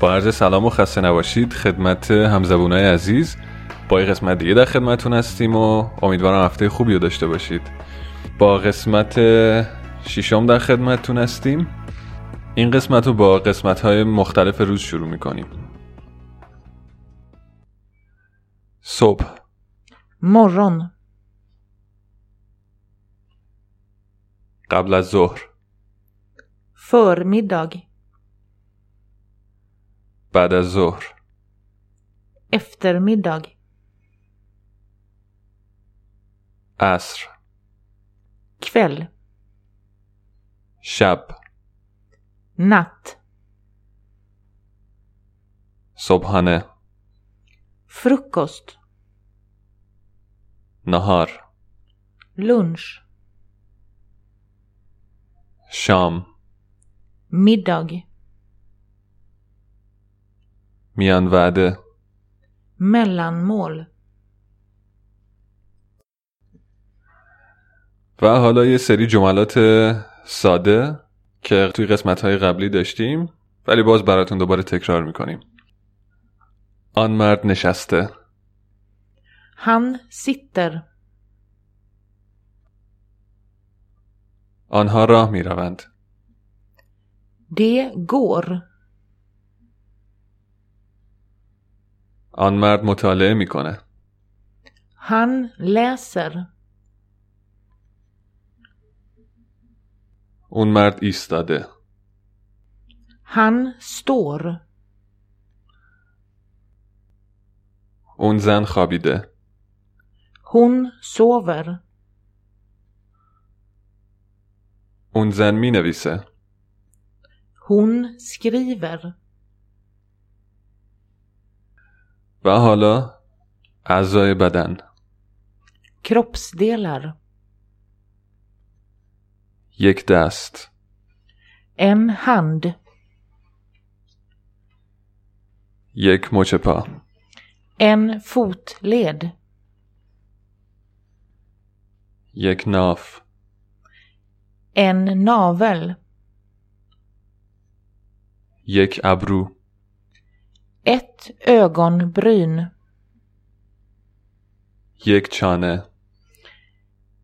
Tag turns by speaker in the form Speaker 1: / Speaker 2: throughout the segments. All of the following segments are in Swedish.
Speaker 1: با عرض سلام و خسته نباشید خدمت همزبونای عزیز با یه قسمت دیگه در خدمتون هستیم و امیدوارم هفته خوبی رو داشته باشید با قسمت شیشم در خدمتتون هستیم این قسمت رو با قسمت های مختلف روز شروع میکنیم صبح
Speaker 2: morgon,
Speaker 1: قبل از ظهر
Speaker 2: förmiddag,
Speaker 1: بعد از ظهر
Speaker 2: eftermiddag,
Speaker 1: عصر
Speaker 2: kväll,
Speaker 1: شب
Speaker 2: natt,
Speaker 1: صبحانه
Speaker 2: frukost,
Speaker 1: نهار
Speaker 2: lunch,
Speaker 1: شام
Speaker 2: middag,
Speaker 1: میان وعده
Speaker 2: mellanmål,
Speaker 1: و حالا یه سری جملات ساده که توی قسمت های قبلی داشتیم ولی باز براتون دوباره تکرار میکنیم آن مرد نشسته
Speaker 2: han sitter,
Speaker 1: آنها راه میروند
Speaker 2: det går,
Speaker 1: آن مرد مطالعه میکنه
Speaker 2: han läser,
Speaker 1: اون مرد ایستاده
Speaker 2: han står,
Speaker 1: اون زن خوابیده
Speaker 2: hon sover,
Speaker 1: اون زن مینویسه
Speaker 2: hon skriver,
Speaker 1: و حالا اعضای بدن
Speaker 2: kroppsdelar,
Speaker 1: یک دست
Speaker 2: en hand,
Speaker 1: یک مچ پا
Speaker 2: en fotled,
Speaker 1: یک ناف
Speaker 2: en navel,
Speaker 1: یک ابرو
Speaker 2: ett ögonbryn,
Speaker 1: یک چانه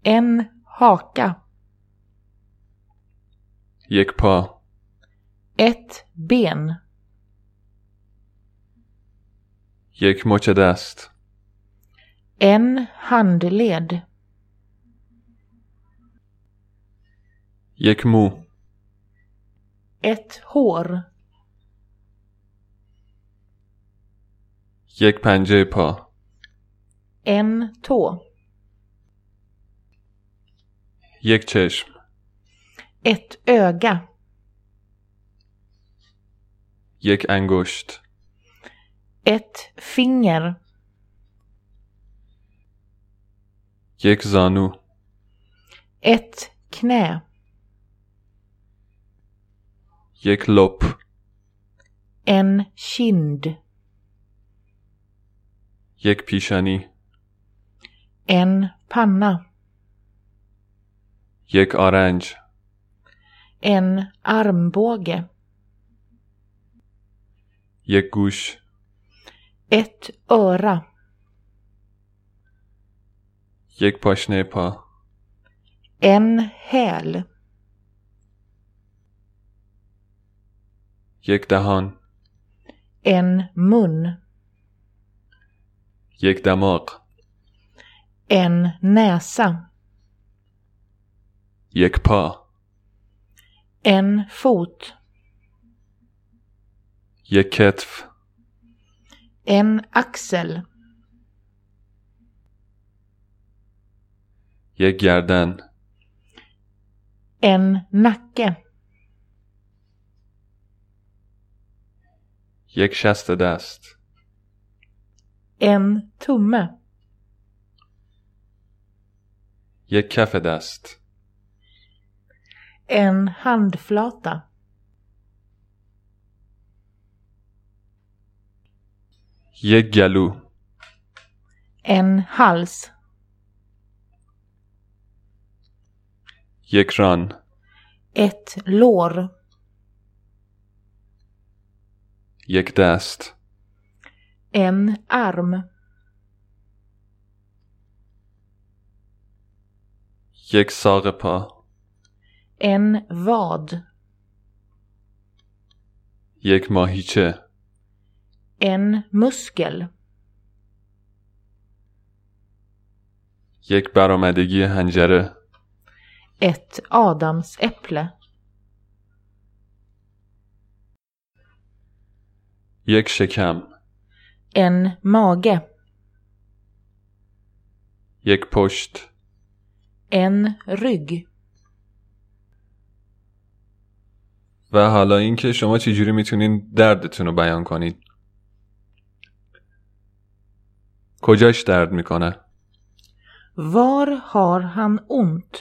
Speaker 2: en haka,
Speaker 1: یک پا
Speaker 2: ett ben,
Speaker 1: یک مچ دست
Speaker 2: en handled,
Speaker 1: یک مو
Speaker 2: ett hår,
Speaker 1: یک پنجه پا
Speaker 2: en tå,
Speaker 1: یک چشم
Speaker 2: ett öga,
Speaker 1: یک انگشت
Speaker 2: ett finger,
Speaker 1: یک زانو
Speaker 2: ett knä,
Speaker 1: یک لپ
Speaker 2: en kind,
Speaker 1: یک پیشانی
Speaker 2: en panna,
Speaker 1: یک آرنج
Speaker 2: en armbåge,
Speaker 1: یک گوش
Speaker 2: ett öra,
Speaker 1: یک پاشنه پا
Speaker 2: en häl,
Speaker 1: یک دهان
Speaker 2: en mun,
Speaker 1: یک دماغ
Speaker 2: en näsa,
Speaker 1: یک پا
Speaker 2: en fot,
Speaker 1: یک کتف
Speaker 2: en axel,
Speaker 1: یک گردن
Speaker 2: en nacke,
Speaker 1: یک شست دست
Speaker 2: en tumme,
Speaker 1: یک کف دست
Speaker 2: en handflata,
Speaker 1: یک گلو
Speaker 2: en hals,
Speaker 1: یک ران
Speaker 2: ett lår,
Speaker 1: یک دست
Speaker 2: En arm.
Speaker 1: یک ساق پا
Speaker 2: En vad.
Speaker 1: یک ماهیچه
Speaker 2: En muskel.
Speaker 1: یک برآمدگی حنجره
Speaker 2: Ett adamsäpple.
Speaker 1: یک شکم
Speaker 2: En mage.
Speaker 1: یک پشت
Speaker 2: En rygg.
Speaker 1: و حالا اینکه شما چجوری میتونین دردتون رو بیان کنید کجاش درد میکنه
Speaker 2: Var har han ont?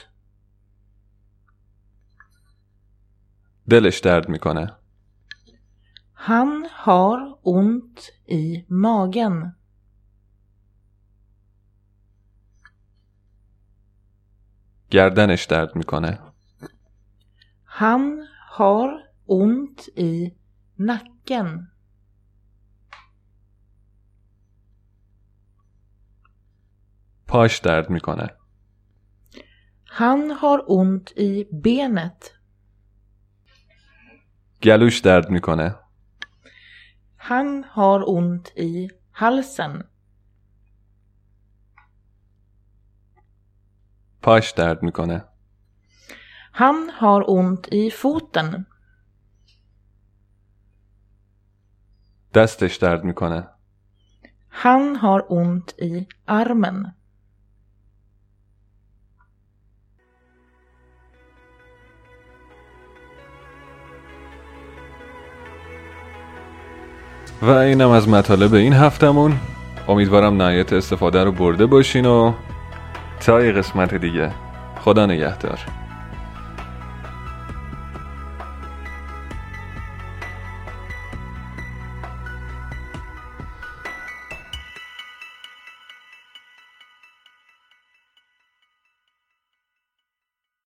Speaker 1: دلش درد میکنه
Speaker 2: Han har ont i magen.
Speaker 1: گردنش درد میکنه
Speaker 2: Han har ont i nacken.
Speaker 1: پاش درد میکنه
Speaker 2: Han har ont i benet.
Speaker 1: گلوش درد میکنه
Speaker 2: Han har ont i halsen.
Speaker 1: پاش درد میکنه
Speaker 2: Han har ont i foten.
Speaker 1: دستش درد میکنه
Speaker 2: Han har ont i armen.
Speaker 1: و اینم از مطالب این هفتمون امیدوارم نهایت استفاده رو برده باشین و تا یه قسمت دیگه خدا نگهدار